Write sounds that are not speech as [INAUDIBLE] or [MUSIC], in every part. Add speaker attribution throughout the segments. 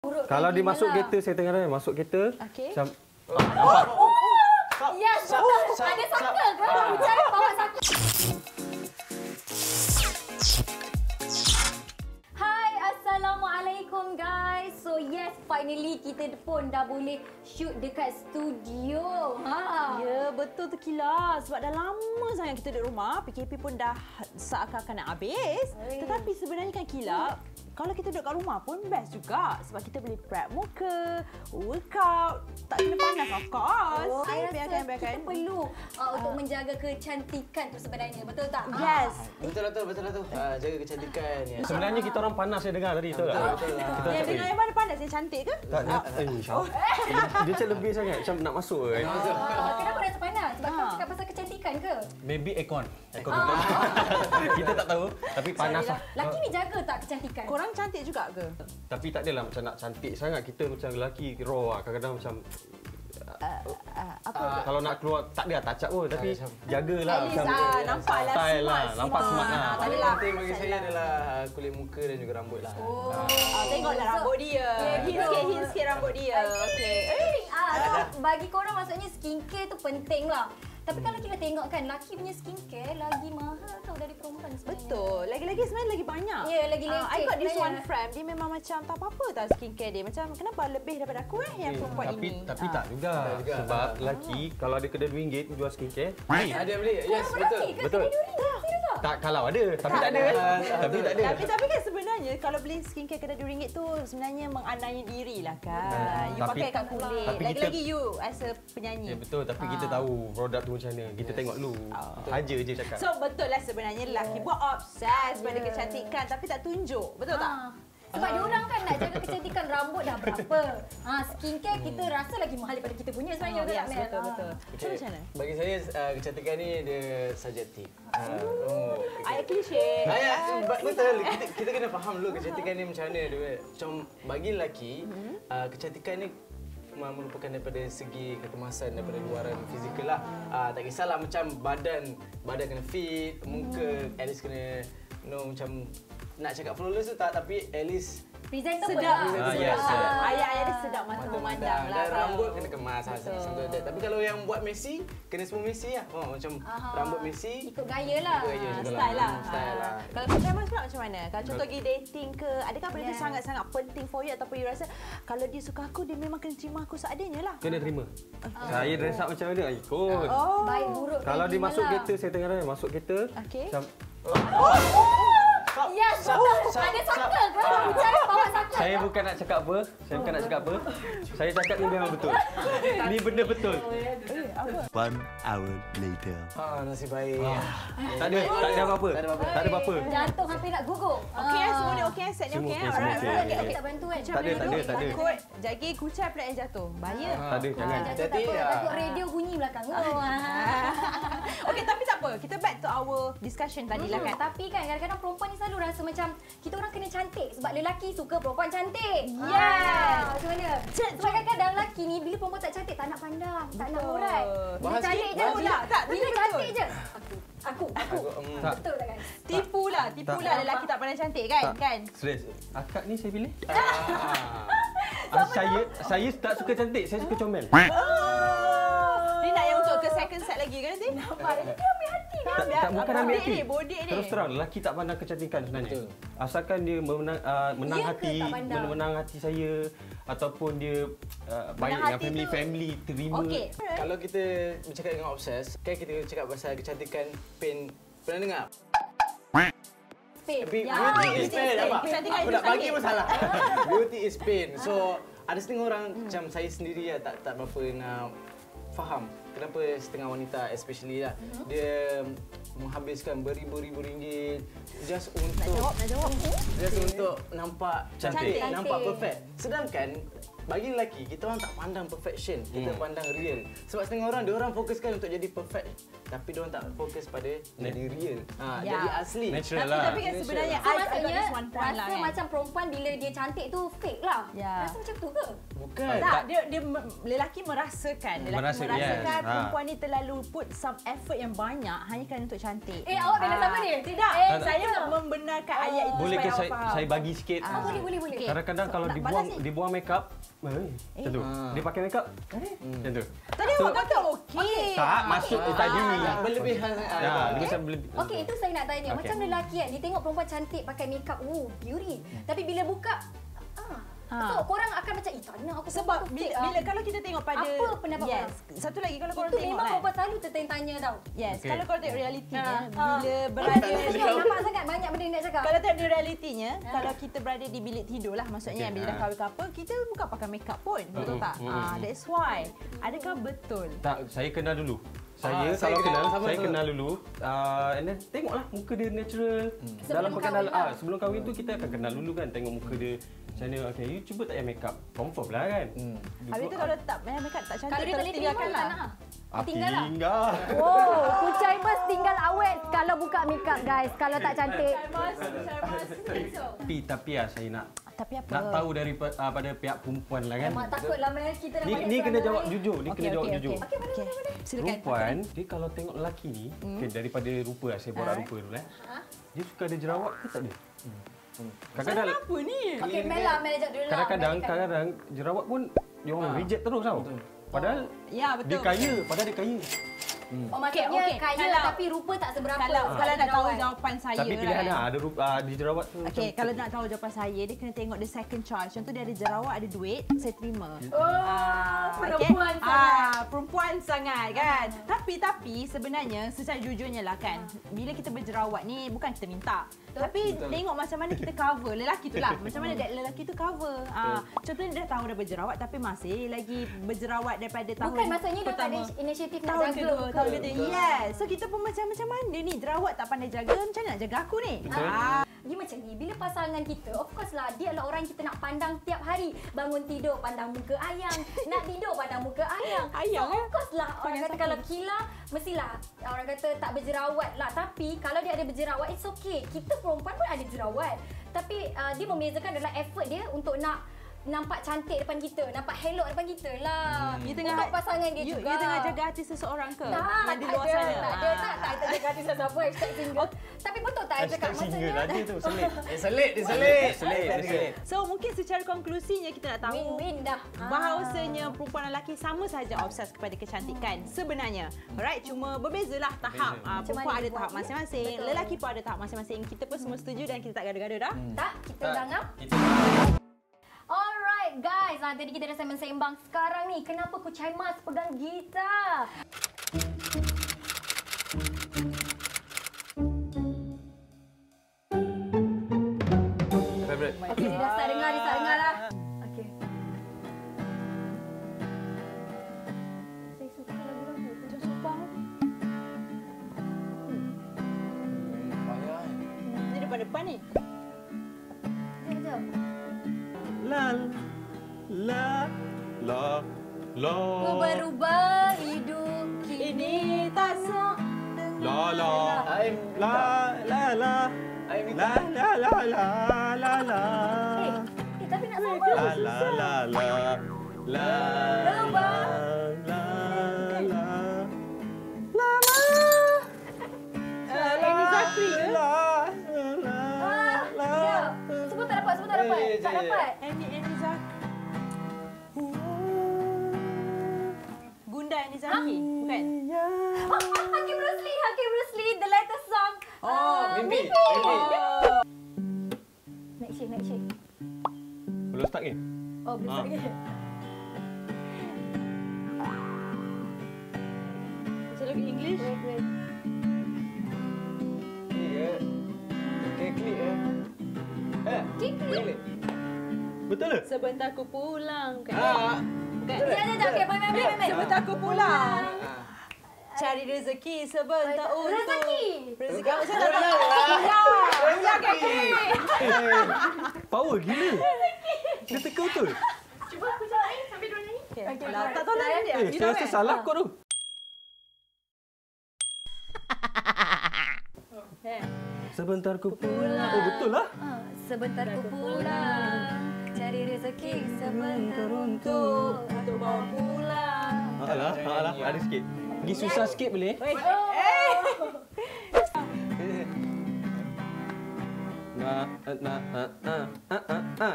Speaker 1: masuk.
Speaker 2: Kalau dia masuk
Speaker 1: lah.
Speaker 2: kereta saya tengah raya masuk kereta
Speaker 1: Okey.
Speaker 2: macam
Speaker 1: Ya,
Speaker 3: Oh,
Speaker 1: betul. Ada saka ke?
Speaker 3: Ah.
Speaker 1: Bicara bawa saka. Hai, Assalamualaikum guys. So yes, finally kita pun dah boleh shoot dekat studio. Ha.
Speaker 3: Ya, betul tu Kila. Sebab dah lama sangat kita duduk rumah, PKP pun dah seakan-akan nak habis.
Speaker 1: Oi.
Speaker 3: Tetapi sebenarnya kan Kila, kalau kita duduk kat rumah pun best juga sebab kita boleh prep muka, workout, tak kena panas of course.
Speaker 1: Oh, saya
Speaker 3: Biarkan,
Speaker 1: rasa
Speaker 3: biarkan. Ah.
Speaker 1: kita perlu uh, untuk menjaga kecantikan tu sebenarnya. Betul tak?
Speaker 3: Yes.
Speaker 4: Betul betul betul betul. Ha, jaga kecantikan. Ya.
Speaker 2: sebenarnya kita orang panas saya dengar tadi tahu tak?
Speaker 4: Betul
Speaker 2: Kita
Speaker 4: betul. Ha.
Speaker 3: Yang
Speaker 2: macam
Speaker 3: dengar
Speaker 2: eh,
Speaker 3: yang mana panas yang cantik ke?
Speaker 2: tak dia, eh, Syah. dia macam lebih sangat macam nak masuk eh.
Speaker 1: Ah, kenapa rasa panas? Sebab ha.
Speaker 3: Ah.
Speaker 1: cakap pasal kecantikan ke?
Speaker 2: Maybe aircon. Aircon betul. kita tak tahu tapi panas lah.
Speaker 1: Laki ni jaga tak kecantikan?
Speaker 3: Korang cantik juga ke?
Speaker 2: Tapi tak adalah macam nak cantik sangat. Kita macam lelaki raw lah. Kadang-kadang macam
Speaker 3: Uh, apa?
Speaker 2: uh, kalau nak keluar tak ada touch up pun tapi jagalah
Speaker 3: At least
Speaker 2: macam
Speaker 3: ah, nampak lah
Speaker 2: lah, style
Speaker 3: smart,
Speaker 2: lah. Nampak smart lah.
Speaker 3: Ah, tak
Speaker 4: Paling
Speaker 3: adalah.
Speaker 4: penting bagi saya adalah ah, kulit muka dan juga rambut lah. Oh.
Speaker 3: Ah, tengoklah rambut dia. Ya, Hint sikit, hint sikit rambut dia. Okey. Eh,
Speaker 1: Ah, so bagi korang maksudnya skincare tu penting lah. Tapi kalau kita tengok kan, lelaki punya skincare lagi mahal tau dari perempuan sebenarnya.
Speaker 3: Betul. Lagi-lagi sebenarnya lagi banyak.
Speaker 1: Ya, lagi
Speaker 3: Ah, I
Speaker 1: leceh
Speaker 3: got this one
Speaker 1: sebenarnya.
Speaker 3: friend. Dia memang macam tak apa-apa tau skincare dia. Macam kenapa lebih daripada aku eh yang perempuan
Speaker 2: Ya, tapi
Speaker 3: ini.
Speaker 2: tapi
Speaker 3: Ah.
Speaker 2: tak juga.
Speaker 4: Tak juga.
Speaker 2: Sebab lelaki kalau ada kedai RM2 jual skincare,
Speaker 4: Ada beli? Ah, Yes
Speaker 1: Korang
Speaker 4: betul.
Speaker 1: lelaki ke?
Speaker 2: Betul.
Speaker 1: Kedai duri ke? Serius tak?
Speaker 2: tak kalau ada, tapi tak, ada. eh.
Speaker 4: Ah,
Speaker 2: Tapi tak ada.
Speaker 3: Tapi tapi kan sebenarnya kalau beli skincare kedai RM2 tu sebenarnya menganiaya diri lah kan. you
Speaker 2: Tapi-
Speaker 3: pakai kat kulit.
Speaker 2: tapi kita-
Speaker 3: Lagi-lagi you as a
Speaker 2: Ya
Speaker 3: penyanyi.
Speaker 2: betul, tapi kita tahu produk tu macam mana. Kita tengok dulu. Aja je cakap.
Speaker 3: So betul lah
Speaker 1: Ya.
Speaker 3: sebenarnya lelaki buat obses pada
Speaker 1: Yeah.
Speaker 3: kecantikan tapi tak tunjuk. Betul tak?
Speaker 1: Ya. Ah. Sebab dia orang kan nak jaga kecantikan rambut dah berapa. Ha, skincare kita rasa lagi mahal daripada kita punya sebenarnya.
Speaker 3: Ah,
Speaker 1: betul tak,
Speaker 3: yes,
Speaker 1: Mel?
Speaker 3: betul
Speaker 1: Ah.
Speaker 3: betul. So
Speaker 4: Okay.
Speaker 3: macam mana?
Speaker 4: Bagi saya ah, kecantikan ni dia subjektif. Ha. Oh.
Speaker 3: I cliche.
Speaker 4: Ayah, betul. Kita, kita kena faham dulu kecantikan ni macam mana dia. Macam bagi lelaki, ah, kecantikan ni ma- merupakan daripada segi ketemasan daripada luaran fizikal lah. Ah, tak kisahlah macam badan, badan kena fit, muka at least kena you know, macam nak cakap flawless tu tak tapi at least
Speaker 1: Presentable
Speaker 3: Sedap.
Speaker 1: lah.
Speaker 4: Ah,
Speaker 2: yes,
Speaker 4: sedap.
Speaker 3: Ayat-ayat dia sedap mata
Speaker 4: mata
Speaker 3: memandang lah.
Speaker 4: Dan rambut kena kemas lah, something like that. Tapi kalau yang buat Messi, kena semua Messi lah. Oh, macam
Speaker 1: Ah.
Speaker 4: rambut Messi,
Speaker 1: Ikut gaya lah.
Speaker 4: ikut gaya juga
Speaker 3: Style lah.
Speaker 4: Style lah.
Speaker 3: Kalau Kak Syamah pula macam mana? Kalau contoh pergi dating ke, adakah benda tu
Speaker 1: Yeah.
Speaker 3: sangat-sangat penting for you ataupun you rasa kalau dia suka aku, dia memang kena terima aku seadanya lah?
Speaker 2: Kena terima. Saya dress up macam mana, ikut.
Speaker 3: Oh.
Speaker 1: Baik buruk
Speaker 2: Kalau dia
Speaker 1: terima
Speaker 2: masuk
Speaker 1: lah.
Speaker 2: kereta, saya tengah raya masuk kereta.
Speaker 3: Okey.
Speaker 2: Macam,
Speaker 1: Ya, betul. Ada saka ke? Bicara bawa saka.
Speaker 2: saya bukan nak cakap apa, saya bukan nak cakap apa. Saya cakap ni memang betul. Ni benda betul.
Speaker 5: One hour later.
Speaker 4: Ah, nasib baik.
Speaker 2: Tak ada tak ada apa-apa.
Speaker 4: Tak ada apa-apa.
Speaker 2: Tak ada apa-apa.
Speaker 1: Jatuh hampir nak gugur.
Speaker 3: Okay,
Speaker 1: Ah.
Speaker 3: ah. semua ni okay, set ni
Speaker 2: Semua okey,
Speaker 3: okay. Alright,
Speaker 2: semua
Speaker 3: alright.
Speaker 2: okey.
Speaker 3: Okay,
Speaker 1: Kita
Speaker 3: okay.
Speaker 1: tak bantu kan?
Speaker 2: Tak ada, tak ada, tak ada. Ah.
Speaker 3: Takut jadi kucai pula yang jatuh. Bahaya.
Speaker 2: Tak ada, jangan.
Speaker 1: Jatuh
Speaker 4: Jadi,
Speaker 1: takut,
Speaker 4: ah.
Speaker 1: takut radio bunyi belakang. Oh, ah.
Speaker 3: okay, tapi tak apa. Kita back to our discussion tadi lah kan.
Speaker 1: Hmm, tapi kan kadang-kadang perempuan ni selalu rasa macam kita orang kena cantik sebab lelaki suka perempuan cantik.
Speaker 3: Yes.
Speaker 1: Ah, Macam mana? Sebab kadang-kadang lelaki ni bila perempuan tak cantik tak nak pandang, tak nak
Speaker 3: Betul.
Speaker 1: urat. Bila
Speaker 4: Bahas
Speaker 1: cantik
Speaker 4: sikit,
Speaker 1: je.
Speaker 3: bahas
Speaker 1: Bila,
Speaker 3: sikit. Tak, tapi
Speaker 1: bila
Speaker 3: betul.
Speaker 1: cantik je. Aku, aku, aku.
Speaker 4: mm.
Speaker 2: Tak.
Speaker 1: Betul tak kan?
Speaker 3: Tipu lah, tipu lah lelaki tak pandai cantik kan?
Speaker 2: Tak.
Speaker 3: Kan?
Speaker 2: Serius. Akak ni saya pilih.
Speaker 4: Ah.
Speaker 2: Ah, Saya saya tak suka cantik, saya suka comel.
Speaker 3: Ni nak yang untuk ke second set lagi kan nanti? Nampak. Dia ambil hati kan?
Speaker 2: Tak, tak bukan ambil hati.
Speaker 3: Ni, bodek ni.
Speaker 2: Terus terang lelaki tak pandang kecantikan sebenarnya.
Speaker 4: Betul.
Speaker 2: Asalkan dia menang, uh, menang
Speaker 1: Ya ke
Speaker 2: hati,
Speaker 1: tak pandang?
Speaker 2: men- menang hati saya ataupun dia uh, baik
Speaker 3: hati
Speaker 2: dengan family
Speaker 3: tu-
Speaker 2: family terima.
Speaker 3: Okey.
Speaker 4: Kalau kita bercakap dengan obses, kan kita cakap pasal kecantikan pain Pernah dengar?
Speaker 1: Spain.
Speaker 4: Tapi
Speaker 1: Ya,
Speaker 4: beauty
Speaker 1: beauty
Speaker 4: is
Speaker 1: is
Speaker 4: pain. Apa?
Speaker 1: pain.
Speaker 3: Kecantikan
Speaker 4: Aku
Speaker 3: itu
Speaker 4: nak bagi
Speaker 3: sakit.
Speaker 4: pun salah. Beauty is pain. So, ada setengah orang macam saya sendiri lah tak tak berapa nak faham kenapa setengah wanita especially lah dia menghabiskan beribu-ribu ringgit just untuk
Speaker 3: Jawab, nak jawab.
Speaker 4: Just untuk nampak cantik,
Speaker 3: Cantik.
Speaker 4: nampak perfect. Sedangkan bagi lelaki, kita orang tak pandang perfection. Kita pandang real. Sebab setengah orang, dia orang fokuskan untuk jadi perfect. Tapi dia orang tak fokus pada jadi real. Ha,
Speaker 1: Ya.
Speaker 4: Jadi asli.
Speaker 2: Natural
Speaker 3: Tapi,
Speaker 2: lah.
Speaker 3: tapi kan
Speaker 1: So,
Speaker 3: sebenarnya I, I got
Speaker 1: maksudnya
Speaker 3: this one point
Speaker 1: rasa
Speaker 3: lah kan.
Speaker 1: macam perempuan bila dia cantik tu fake lah.
Speaker 3: Ya.
Speaker 1: Rasa macam tu ke?
Speaker 4: Bukan.
Speaker 3: tak, dia dia me- lelaki merasakan, lelaki
Speaker 2: Eh, Merasa,
Speaker 3: Merasa,
Speaker 2: yes.
Speaker 3: merasakan
Speaker 2: Ha.
Speaker 3: perempuan ni terlalu put some effort yang banyak hanya kerana untuk cantik.
Speaker 1: Eh, awak bela sama dia?
Speaker 3: Tidak,
Speaker 1: Eh,
Speaker 3: eh, saya membenarkan ayat itu
Speaker 2: Ah. Boleh ke
Speaker 3: supaya
Speaker 2: saya,
Speaker 3: awak faham.
Speaker 2: saya bagi sikit?
Speaker 1: Ah, boleh, boleh, boleh.
Speaker 3: Okey.
Speaker 2: Kadang-kadang
Speaker 3: So,
Speaker 2: kalau
Speaker 3: nak
Speaker 2: dibuang
Speaker 3: balas ni?
Speaker 2: dibuang makeup, eh, macam tu.
Speaker 4: Ah. Hmm.
Speaker 2: Dia pakai makeup, eh, macam tu.
Speaker 3: Tadi awak kata okey.
Speaker 2: Tak, masuk dia tadi.
Speaker 4: Tak berlebihan sangat.
Speaker 2: Ya,
Speaker 4: Ah,
Speaker 2: dia macam lebih.
Speaker 1: Okey, Ah. itu saya nak tanya.
Speaker 2: Okey.
Speaker 1: Macam lelaki kan, dia tengok perempuan cantik pakai makeup, woo, beauty.
Speaker 2: Hmm.
Speaker 1: Tapi bila buka, ah.
Speaker 3: Ha.
Speaker 1: So, korang akan macam, eh tak nak aku
Speaker 3: Sebab
Speaker 1: perempuan tu
Speaker 3: bila,
Speaker 1: fake lah."
Speaker 3: bila kalau kita tengok pada
Speaker 1: Apa pendapat
Speaker 3: yes.
Speaker 1: korang?
Speaker 3: Satu lagi kalau korang
Speaker 1: itu
Speaker 3: tengok
Speaker 1: memang
Speaker 3: kan.
Speaker 1: perempuan selalu tertanya tau.
Speaker 3: Yes,
Speaker 2: Okey.
Speaker 3: okay. kalau korang tengok realitinya
Speaker 1: Ah.
Speaker 3: bila berada
Speaker 1: Berani
Speaker 4: tak
Speaker 1: sangat,
Speaker 4: tahu.
Speaker 1: nampak sangat banyak benda yang nak cakap.
Speaker 3: Kalau tak ada realitinya,
Speaker 1: Ya.
Speaker 3: kalau kita berada di bilik tidur lah maksudnya
Speaker 2: Okey,
Speaker 3: bila dah
Speaker 2: ha.
Speaker 3: kahwin ke apa, kita bukan pakai makeup pun. Betul tak?
Speaker 2: mm,
Speaker 3: Ah, that's why. Adakah betul?
Speaker 2: Tak, saya kenal dulu. Saya
Speaker 4: Ah, saya
Speaker 2: kalau
Speaker 4: kenal,
Speaker 2: kenal,
Speaker 4: sama
Speaker 2: saya
Speaker 4: dulu.
Speaker 2: kenal dulu. Uh, and then tengoklah muka dia natural. Dalam
Speaker 1: Hmm. Sebelum
Speaker 2: perkenalan
Speaker 1: kahwin lah.
Speaker 2: ah, sebelum kahwin tu kita akan kenal dulu kan tengok muka dia macam mana. Okay, you cuba tak payah makeup. Confirm lah kan. Hmm.
Speaker 3: Habis tu kalau tak pakai makeup tak cantik
Speaker 1: Kalau dia tak
Speaker 3: terus
Speaker 1: boleh terima,
Speaker 3: tinggalkan lah.
Speaker 1: tak nak.
Speaker 2: ah,
Speaker 1: Tinggal lah.
Speaker 2: tinggal.
Speaker 1: Oh, kucai bus tinggal awet kalau buka makeup guys. Kalau tak cantik.
Speaker 2: Tapi tapi ah saya nak
Speaker 3: Tapi apa?
Speaker 2: nak tahu daripada uh, pada pihak perempuan lah kan.
Speaker 1: Mak takutlah Mel kita dah
Speaker 2: Ni
Speaker 1: banyak
Speaker 2: ni
Speaker 1: soalan
Speaker 2: kena jawab
Speaker 1: lain.
Speaker 2: jujur, ni
Speaker 3: Okey,
Speaker 2: kena jawab
Speaker 3: okey,
Speaker 2: jujur.
Speaker 3: okey.
Speaker 1: Okey, mana, mana, mana?
Speaker 3: Silakan. Hmm. Ha?
Speaker 2: Perempuan, dia kalau tengok lelaki ni, okay, daripada rupa lah, saya borak rupa dulu eh. Dia suka ada jerawat ke tak ada? Kadang-kadang
Speaker 3: Hmm. Kenapa lah ni?
Speaker 1: Okey, Mel lah, Mel jawab dulu lah.
Speaker 2: kadang-kadang
Speaker 1: Mel akan-
Speaker 2: kadang-kadang jerawat pun dia orang reject terus tau. Padahal
Speaker 3: Ya, Ha. Hmm. betul.
Speaker 2: dia kaya, padahal dia kaya.
Speaker 1: Oh, maksudnya
Speaker 3: Okey, okey.
Speaker 1: kaya
Speaker 3: Kalau-
Speaker 1: tapi rupa tak seberapa.
Speaker 3: Kalau kalau nak tahu
Speaker 1: Jerawat.
Speaker 3: jawapan saya
Speaker 2: Ah. Tapi pilihan
Speaker 3: kan.
Speaker 2: lah, ada rupa ah, ada jerawat tu.
Speaker 3: Okey,
Speaker 2: macam-
Speaker 3: kalau nak tahu jawapan saya, dia kena tengok the second choice. Contoh dia ada jerawat, ada duit, saya terima.
Speaker 1: Oh,
Speaker 3: Perempuan sangat. Ah, perempuan sangat kan. Tapi tapi sebenarnya secara jujurnya lah kan. Bila kita berjerawat ni bukan kita minta. Tapi tengok macam mana kita cover. Lelaki tu lah. Macam mana that lelaki tu cover. Ah, contohnya dia dah tahu dah berjerawat tapi masih lagi berjerawat daripada tahun
Speaker 1: Bukan maksudnya dia tak ada
Speaker 3: pertama.
Speaker 1: inisiatif nak
Speaker 3: Tahun
Speaker 1: jaga
Speaker 3: kedua,
Speaker 1: muka.
Speaker 3: tahun ketiga. Yes. So kita pun macam macam mana ni jerawat tak pandai jaga, macam mana nak jaga aku ni?
Speaker 2: Betul.
Speaker 3: Ah,
Speaker 1: Dia macam ni, bila pasangan kita, of course lah, dia adalah orang yang kita nak pandang tiap hari. Bangun tidur, pandang muka ayang. nak tidur, pandang muka ayang.
Speaker 3: Ayang,
Speaker 1: Ah. so, of
Speaker 3: eh?
Speaker 1: course lah, orang
Speaker 3: Panggil
Speaker 1: kata
Speaker 3: siapa?
Speaker 1: kalau kila, mestilah orang kata tak berjerawat lah. Tapi kalau dia ada berjerawat, it's okay. Kita perempuan pun ada jerawat. Tapi uh, dia membezakan adalah effort dia untuk nak nampak cantik depan kita, nampak helok depan kita lah.
Speaker 3: you
Speaker 1: Untuk pasangan dia
Speaker 3: ha- you,
Speaker 1: juga.
Speaker 3: You tengah jaga hati seseorang ke?
Speaker 1: Tak,
Speaker 3: yang di
Speaker 1: tak
Speaker 3: luar
Speaker 1: ada, Tak
Speaker 3: sana.
Speaker 1: ada, tak,
Speaker 3: Ah.
Speaker 1: tak, tak jaga hati siapa-siapa, hashtag single. Tapi betul tak, I cakap
Speaker 2: Hashtag single
Speaker 1: maksudnya,
Speaker 2: ada tu,
Speaker 3: [LAUGHS]
Speaker 2: selit.
Speaker 4: Dia selit, dia selit.
Speaker 2: Selit, dia selit.
Speaker 3: So mungkin secara konklusinya kita nak tahu
Speaker 1: win-win dah.
Speaker 3: Oh.
Speaker 1: Ah,
Speaker 3: bahawasanya perempuan dan lelaki sama saja obses kepada
Speaker 1: Hmm.
Speaker 3: kecantikan sebenarnya. Alright, cuma berbezalah tahap. Ah, perempuan
Speaker 1: mana
Speaker 3: ada
Speaker 1: dia
Speaker 3: tahap
Speaker 1: buat,
Speaker 3: masing-masing,
Speaker 1: betul.
Speaker 3: lelaki pun ada tahap masing-masing. Kita pun semua setuju dan kita tak gaduh-gaduh dah.
Speaker 1: Tak, kita
Speaker 2: Ah.
Speaker 1: dah ngam.
Speaker 2: Kita
Speaker 1: Alright guys, nah, tadi kita dah sembang-sembang. Sekarang ni, kenapa Kucai Mas pegang gitar?
Speaker 4: Favorite.
Speaker 1: Okey, dia dah start dengar, dia start dengar lah. Okey. Saya suka lagu-lagu macam Subang.
Speaker 3: Ni depan-depan ni.
Speaker 1: Jom, jom.
Speaker 2: La la la la
Speaker 1: Ku berubah hidup kini.
Speaker 3: Ini tak sok.
Speaker 2: la la
Speaker 4: I'm
Speaker 2: la la la
Speaker 4: I'm
Speaker 2: la la la la la la
Speaker 1: Eh, tapi nak sama.
Speaker 2: La la la la la
Speaker 1: Lupa.
Speaker 2: la la
Speaker 3: Ini Zakri ke?
Speaker 2: la la
Speaker 1: Ah, jom. Semua tak dapat, semua tak dapat.
Speaker 4: Eh,
Speaker 1: Tak
Speaker 4: je.
Speaker 1: dapat.
Speaker 3: Amy Amy Zakri. Gunda Amy Zakri,
Speaker 1: Ah.
Speaker 3: bukan?
Speaker 1: Hakim Rusli, Hakim Rusli, the latest song.
Speaker 3: Oh,
Speaker 1: uh,
Speaker 4: Mimpi.
Speaker 1: Mimpi.
Speaker 4: Mimpi.
Speaker 1: Next shake, next shake.
Speaker 2: Belum start ni?
Speaker 1: Oh, belum
Speaker 2: Ah.
Speaker 1: start lagi.
Speaker 3: Macam lagu English.
Speaker 1: Wait, wait.
Speaker 4: Klik eh. Okay, klik eh. Eh,
Speaker 1: Klik, klik.
Speaker 4: klik.
Speaker 2: Betul ke?
Speaker 3: Sebentar aku pulang. Bukan?
Speaker 4: Ah,
Speaker 3: Bukan.
Speaker 1: Sekejap, sekejap, sekejap. Okay, main, main, main, main.
Speaker 3: Sebentar Eh, aku pulang. Cari rezeki sebentar untuk
Speaker 1: Rezeki.
Speaker 3: Rezeki apa saya tak tahu.
Speaker 4: Rezeki.
Speaker 3: [LAUGHS]
Speaker 2: Eh, power gila. Dia teka betul.
Speaker 6: Cuba aku jawab eh sambil dia orang nyanyi.
Speaker 3: Okay.
Speaker 1: Okay,
Speaker 3: Lah,
Speaker 1: alright.
Speaker 3: tak tahu lah dia.
Speaker 2: Eh, saya rasa salah kau tu. Sebentar ku pulang. Oh, betul lah.
Speaker 1: Ah, Sebentar ku pulang Cari rezeki sebentar untuk Aku bawa pulang
Speaker 4: lah.
Speaker 2: Alah, alah, Ah, ada sikit. Pergi susah sikit boleh?
Speaker 1: Eh, oh,
Speaker 2: Na eh, na eh, na na na na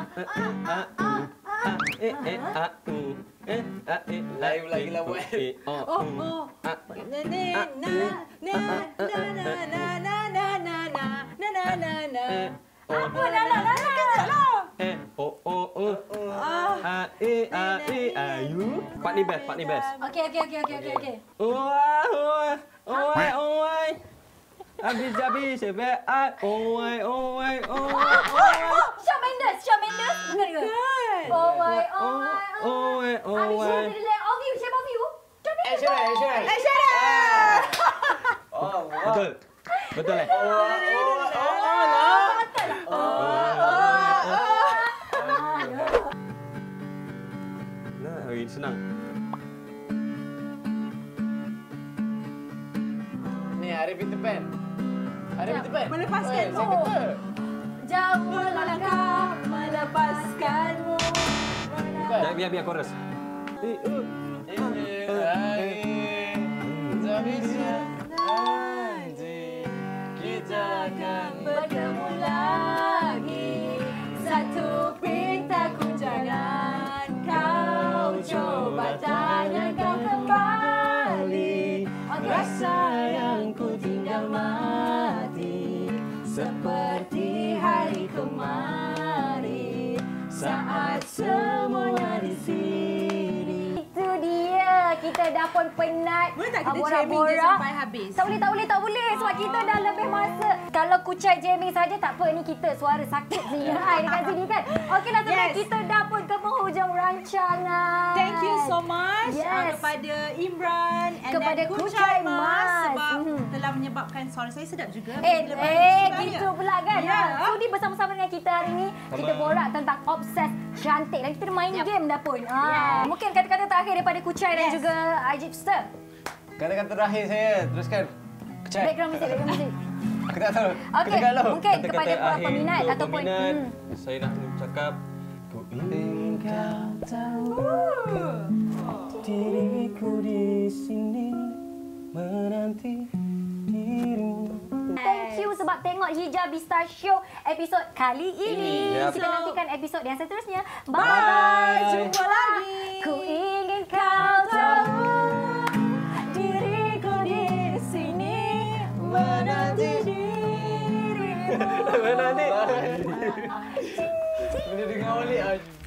Speaker 2: na na na na Eh eh a u eh a e
Speaker 4: Lain lagi lah buat.
Speaker 2: [LAUGHS] Oh oh.
Speaker 3: Ah. Na na na na na na na na na na na na na na na. Apa na na na na? Kejap lah.
Speaker 2: Eh oh oh oh.
Speaker 3: Ah.
Speaker 2: A e a e a u. Pak ni best, pak ni best.
Speaker 1: Okey, okey, okey, okey, okey, okey.
Speaker 2: Oi oi oi oi. Habis habis sebab oi oi oi.
Speaker 1: Oh, Shawn Mendes, Shawn Mendes. Dengar ke? Oh my, oh my, oh Eh, my.
Speaker 2: oi
Speaker 1: Habis Shawn dari Land of You, Shape of You. Shawn Mendes.
Speaker 4: Action, action.
Speaker 3: Eh,
Speaker 4: Action.
Speaker 3: Ah.
Speaker 4: Oh, wow.
Speaker 2: Betul. Betul eh? oh, oh. Nah, okay, senang.
Speaker 4: Ni ada Peter Pan. Ada Peter Pan.
Speaker 3: Melepaskan.
Speaker 4: Eh, Saya kata.
Speaker 1: Jauh lah. langkah melepaskanmu.
Speaker 2: Dah biar biar chorus. Eh, eh.
Speaker 4: Ini hari tak bisa nanti kita akan
Speaker 1: Bertemu lagi Satu pinta ku jangan Kau coba tanya kau kembali Rasa yang ku tinggal mati Seperti hari kemarin Saat semuanya di sini Itu dia Kita dah pun penat
Speaker 3: Boleh tak kita
Speaker 1: Abora-bora.
Speaker 3: jamming dia sampai habis?
Speaker 1: Tak boleh, tak boleh, tak boleh sebab kita dah lebih masa. Kalau kucai jamming saja tak apa ni kita suara sakit
Speaker 3: [LAUGHS]
Speaker 1: sini. Hai dekat sini kan. Okeylah sebab
Speaker 3: Yes.
Speaker 1: kita dah pun ke penghujung rancangan.
Speaker 3: Thank you so much yes. uh,
Speaker 1: Yes.
Speaker 3: kepada Imran and
Speaker 1: Kepada
Speaker 3: then
Speaker 1: Kucai
Speaker 3: Kucai Mas,
Speaker 1: Mas.
Speaker 3: sebab
Speaker 1: Mhm.
Speaker 3: telah menyebabkan suara saya sedap juga.
Speaker 1: Eh,
Speaker 3: Bila baru
Speaker 1: eh,
Speaker 3: saya
Speaker 1: gitu
Speaker 3: tanya.
Speaker 1: pula kan.
Speaker 3: Ya.
Speaker 1: Ha, Sudi bersama-sama dengan kita hari ni. Kita borak tentang obses cantik dan kita dah main game dah pun. Ha. Mungkin kata-kata terakhir daripada Kucai dan
Speaker 3: Yes.
Speaker 1: juga Ajibster.
Speaker 4: Kata-kata terakhir saya teruskan. Kecai.
Speaker 1: Background music, background music.
Speaker 4: Aku tak tahu.
Speaker 1: Okey,
Speaker 4: Kita galau.
Speaker 1: mungkin
Speaker 2: Kata-kata
Speaker 1: kepada para
Speaker 2: akhir
Speaker 1: peminat
Speaker 2: untuk
Speaker 1: ataupun
Speaker 2: peminat,
Speaker 1: hmm.
Speaker 2: saya nak cakap ku ingin kau tahu diriku di sini menanti dirimu.
Speaker 1: Thank you sebab tengok Hijabi Star Show episod kali ini.
Speaker 2: Ini, yep.
Speaker 1: Kita nantikan episod yang seterusnya. Bye.
Speaker 3: Bye. Jumpa lagi.
Speaker 1: Ku ingin kau tahu diriku di sini menanti dirimu.
Speaker 4: Mana ni? Bila dengar balik. ah,